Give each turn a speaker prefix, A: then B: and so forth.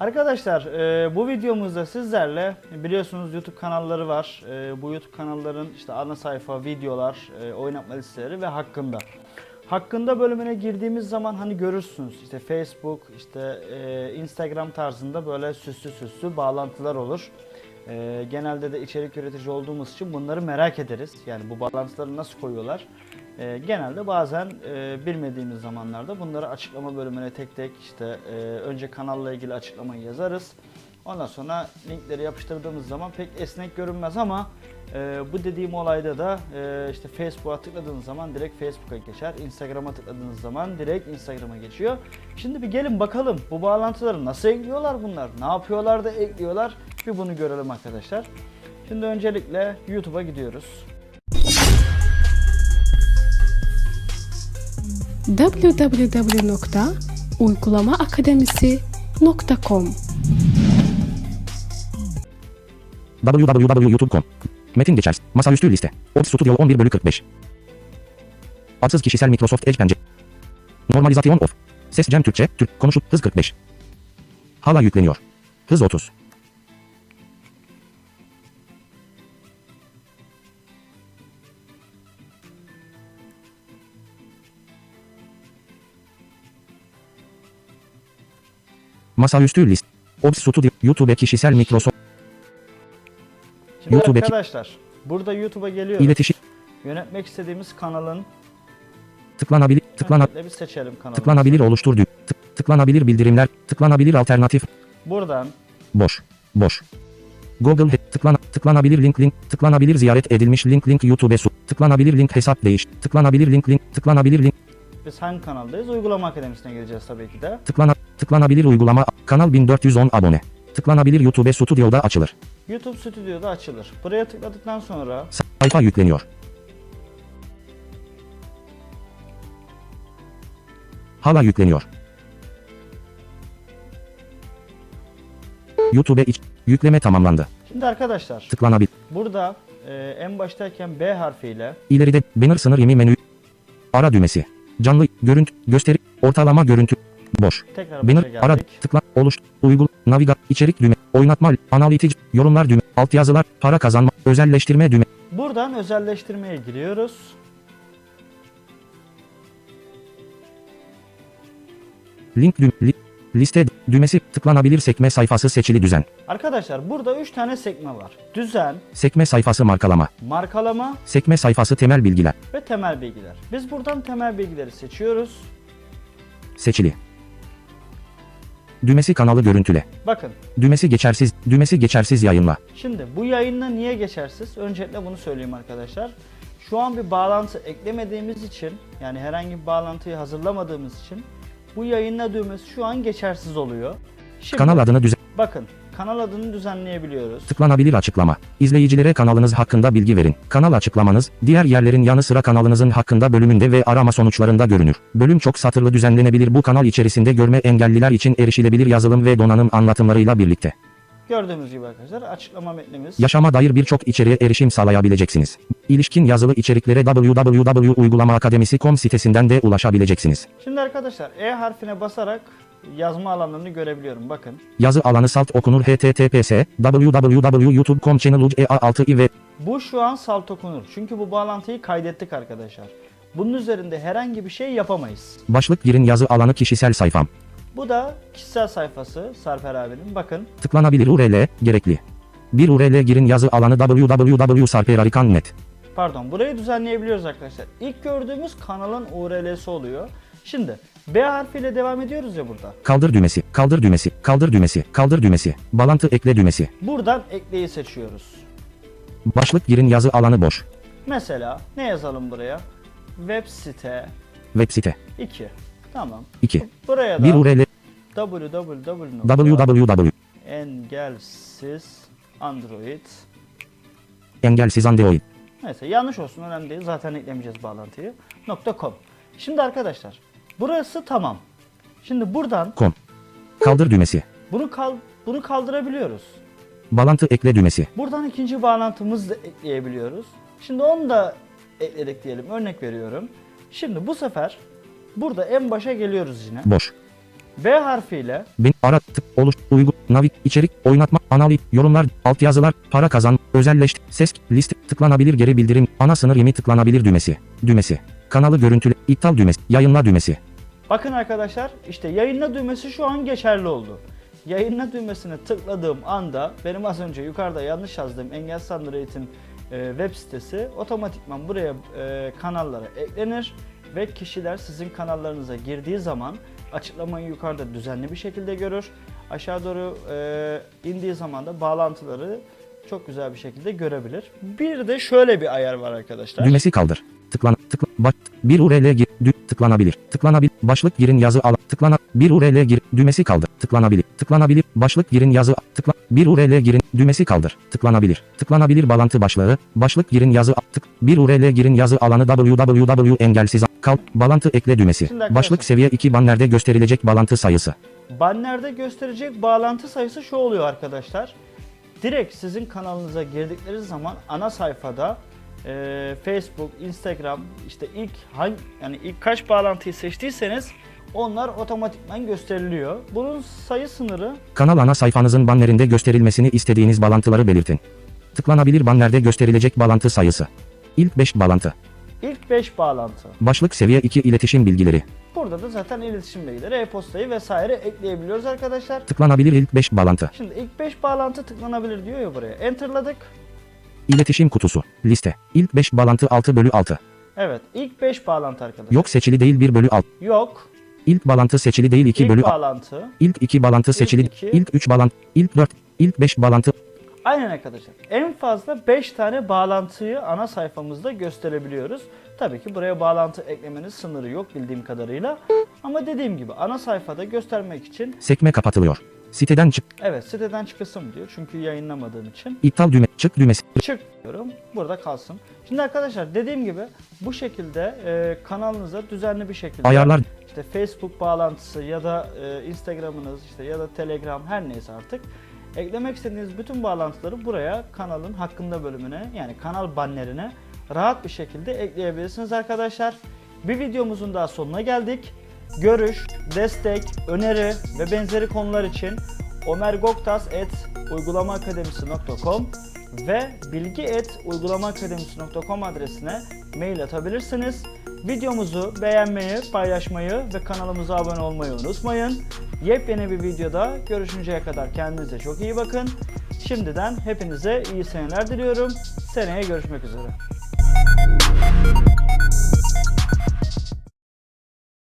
A: Arkadaşlar e, bu videomuzda sizlerle biliyorsunuz YouTube kanalları var. E, bu YouTube kanalların işte ana sayfa, videolar, e, oynatma listeleri ve hakkında. Hakkında bölümüne girdiğimiz zaman hani görürsünüz işte Facebook, işte e, Instagram tarzında böyle süslü süslü bağlantılar olur. E, genelde de içerik üretici olduğumuz için bunları merak ederiz. Yani bu bağlantıları nasıl koyuyorlar? E, genelde bazen e, bilmediğimiz zamanlarda bunları açıklama bölümüne tek tek işte e, önce kanalla ilgili açıklamayı yazarız. Ondan sonra linkleri yapıştırdığımız zaman pek esnek görünmez ama e, bu dediğim olayda da e, işte Facebook'a tıkladığınız zaman direkt Facebook'a geçer. Instagram'a tıkladığınız zaman direkt Instagram'a geçiyor. Şimdi bir gelin bakalım bu bağlantıları nasıl ekliyorlar bunlar? Ne yapıyorlar da ekliyorlar? Bir bunu görelim arkadaşlar. Şimdi öncelikle YouTube'a gidiyoruz.
B: www.uygulamaakademisi.com
C: www.youtube.com Metin geçer. Masaüstü liste. Ops Studio 11 bölü 45. Atsız kişisel Microsoft Edge pencere. Normalizasyon off. Ses Cem Türkçe. Türk konuşup hız 45. Hala yükleniyor. Hız 30. Masaüstü list. Ops Studio YouTube kişisel Microsoft
A: Şimdi
C: YouTube'daki-
A: arkadaşlar burada YouTube'a geliyoruz.
C: iletişim
A: Yönetmek istediğimiz kanalın
C: tıklanabilir tıklana
A: bir seçelim kanalı.
C: Tıklanabilir oluştur düğ- tık- tıklanabilir bildirimler, tıklanabilir alternatif,
A: Buradan
C: boş, boş. Google he- tıklan tıklanabilir link link tıklanabilir ziyaret edilmiş link link YouTube su tıklanabilir link hesap değiş tıklanabilir link link tıklanabilir link
A: biz hangi kanaldayız? Uygulama Akademisi'ne gireceğiz tabii ki de.
C: tıklana tıklanabilir uygulama kanal 1410 abone tıklanabilir YouTube Studio'da açılır
A: YouTube Studio'da açılır. Buraya tıkladıktan sonra
C: sayfa yükleniyor. Hala yükleniyor. YouTube iç yükleme tamamlandı.
A: şimdi arkadaşlar
C: Tıklanabilir.
A: burada e, en baştayken B harfiyle
C: İleride banner sınır yemi menü. Ara düğmesi. Canlı görüntü gösteri ortalama görüntü boş.
A: tekrar
C: Banner
A: buraya
C: ara
A: geldik.
C: tıkla oluştur uygul naviga içerik düğme oynatma analitici yorumlar düğme altyazılar para kazanma özelleştirme düğme
A: Buradan özelleştirmeye giriyoruz.
C: link düğme li- liste düğmesi tıklanabilir sekme sayfası seçili düzen
A: Arkadaşlar burada 3 tane sekme var. Düzen,
C: sekme sayfası markalama
A: markalama
C: sekme sayfası temel bilgiler
A: ve temel bilgiler. Biz buradan temel bilgileri seçiyoruz.
C: seçili düğmesi kanalı görüntüle
A: Bakın
C: düğmesi geçersiz düğmesi geçersiz yayınla
A: Şimdi bu yayında niye geçersiz? Öncelikle bunu söyleyeyim arkadaşlar. Şu an bir bağlantı eklemediğimiz için yani herhangi bir bağlantıyı hazırlamadığımız için bu yayınla düğmesi şu an geçersiz oluyor. Şimdi
C: kanal adını düzen
A: bakın kanal adını düzenleyebiliyoruz.
C: Tıklanabilir açıklama. İzleyicilere kanalınız hakkında bilgi verin. Kanal açıklamanız, diğer yerlerin yanı sıra kanalınızın hakkında bölümünde ve arama sonuçlarında görünür. Bölüm çok satırlı düzenlenebilir bu kanal içerisinde görme engelliler için erişilebilir yazılım ve donanım anlatımlarıyla birlikte.
A: Gördüğünüz gibi arkadaşlar açıklama metnimiz.
C: Yaşama dair birçok içeriğe erişim sağlayabileceksiniz. İlişkin yazılı içeriklere www.uygulamaakademisi.com sitesinden de ulaşabileceksiniz.
A: Şimdi arkadaşlar E harfine basarak yazma alanlarını görebiliyorum. Bakın
C: Yazı alanı salt okunur https www.youtube.com channel ea 6 i ve
A: Bu şu an salt okunur. Çünkü bu bağlantıyı kaydettik arkadaşlar. Bunun üzerinde herhangi bir şey yapamayız.
C: başlık girin yazı alanı kişisel sayfam.
A: Bu da kişisel sayfası Sarper abinin. Bakın
C: Tıklanabilir URL gerekli. Bir URL girin yazı alanı www.sarperarikan.net.
A: Pardon burayı düzenleyebiliyoruz arkadaşlar. İlk gördüğümüz kanalın URL'si oluyor. Şimdi B harfiyle devam ediyoruz ya burada.
C: Kaldır düğmesi, kaldır düğmesi, kaldır düğmesi, kaldır düğmesi, bağlantı ekle düğmesi.
A: Buradan ekleyi seçiyoruz.
C: Başlık girin yazı alanı boş.
A: Mesela ne yazalım buraya? Web site
C: Web site.
A: 2. Tamam.
C: 2.
A: Buraya
C: Bir
A: da
C: URL
A: www.engelsiz
C: www.
A: android
C: Engelsiz Android.
A: Neyse yanlış olsun önemli değil. Zaten eklemeyeceğiz bağlantıyı. .com. Şimdi arkadaşlar burası tamam. Şimdi buradan
C: Com. Kaldır düğmesi.
A: bunu kal bunu kaldırabiliyoruz.
C: Bağlantı ekle düğmesi.
A: Buradan ikinci bağlantımızı da ekleyebiliyoruz. Şimdi onu da ekledik diyelim. Örnek veriyorum. Şimdi bu sefer burada en başa geliyoruz yine.
C: Boş.
A: B harfiyle
C: Bin ara tık oluş, uygu, navik, içerik, oynatma, analik, yorumlar, altyazılar, para kazan, özelleştir, ses, list, tıklanabilir geri bildirim, ana sınır yemi tıklanabilir düğmesi, düğmesi, kanalı görüntüle, iptal düğmesi, yayınla düğmesi.
A: Bakın arkadaşlar işte yayınla düğmesi şu an geçerli oldu. Yayınla düğmesine tıkladığım anda benim az önce yukarıda yanlış yazdığım Engel Sandır Eğitim e, web sitesi otomatikman buraya e, kanallara eklenir ve kişiler sizin kanallarınıza girdiği zaman açıklamayı yukarıda düzenli bir şekilde görür. Aşağı doğru e, indiği zaman da bağlantıları çok güzel bir şekilde görebilir. Bir de şöyle bir ayar var arkadaşlar.
C: Düğmesi kaldır. Tıklan, tıkla, baş, bir URL gir, dü, tıklanabilir, tıklanabil, başlık girin yazı al, tıklana, bir URL gir, düğmesi kaldır, tıklanabilir, tıklanabilir, başlık girin yazı, al, tıkla, bir URL girin, düğmesi kaldır, tıklanabilir, tıklanabilir bağlantı başlığı, başlık girin yazı, al, tık, bir URL girin yazı alanı www engelsiz, al, kal, bağlantı ekle düğmesi,
A: Şimdi arkadaşlar-
C: başlık seviye 2 bannerde gösterilecek bağlantı sayısı.
A: Banner'de gösterecek bağlantı sayısı şu oluyor arkadaşlar. Direkt sizin kanalınıza girdikleri zaman ana sayfada e, Facebook, Instagram işte ilk hangi yani ilk kaç bağlantıyı seçtiyseniz onlar otomatikman gösteriliyor. Bunun sayı sınırı
C: Kanal ana sayfanızın bannerinde gösterilmesini istediğiniz bağlantıları belirtin. Tıklanabilir bannerde gösterilecek bağlantı sayısı. İlk 5 bağlantı.
A: ilk 5 bağlantı.
C: Başlık seviye 2 iletişim bilgileri.
A: Burada da zaten iletişim bilgileri, e-postayı vesaire ekleyebiliyoruz arkadaşlar.
C: Tıklanabilir ilk 5 bağlantı.
A: Şimdi ilk 5 bağlantı tıklanabilir diyor ya buraya. Enter'ladık.
C: İletişim kutusu. Liste. İlk 5 bağlantı 6 bölü 6.
A: Evet, ilk 5 bağlantı arkadaşlar.
C: Yok seçili değil 1 bölü 6.
A: Yok.
C: İlk bağlantı seçili değil 2
A: ilk
C: bölü 6.
A: bağlantı.
C: İlk 2 bağlantı seçili.
A: iki.
C: İlk 3 bağlantı. İlk 4. İlk 5 bağlantı.
A: Aynen arkadaşlar. En fazla 5 tane bağlantıyı ana sayfamızda gösterebiliyoruz. Tabii ki buraya bağlantı eklemenin sınırı yok bildiğim kadarıyla. Ama dediğim gibi ana sayfada göstermek için
C: Sekme kapatılıyor. Siteden çık.
A: evet siteden çıkasım diyor. Çünkü yayınlamadığım için
C: İptal düğme. Çık düğmesi.
A: çık diyorum. Burada kalsın. Şimdi arkadaşlar dediğim gibi bu şekilde e, kanalınıza düzenli bir şekilde
C: Ayarlar.
A: işte Facebook bağlantısı ya da e, Instagram'ınız işte ya da Telegram her neyse artık eklemek istediğiniz bütün bağlantıları buraya kanalın hakkında bölümüne yani kanal bannerine rahat bir şekilde ekleyebilirsiniz arkadaşlar. Bir videomuzun daha sonuna geldik. Görüş, destek, öneri ve benzeri konular için omergoktas.uygulamaakademisi.com ve bilgi.uygulamaakademisi.com adresine mail atabilirsiniz. Videomuzu beğenmeyi, paylaşmayı ve kanalımıza abone olmayı unutmayın. Yepyeni bir videoda görüşünceye kadar kendinize çok iyi bakın. Şimdiden hepinize iyi seneler diliyorum. Seneye görüşmek üzere.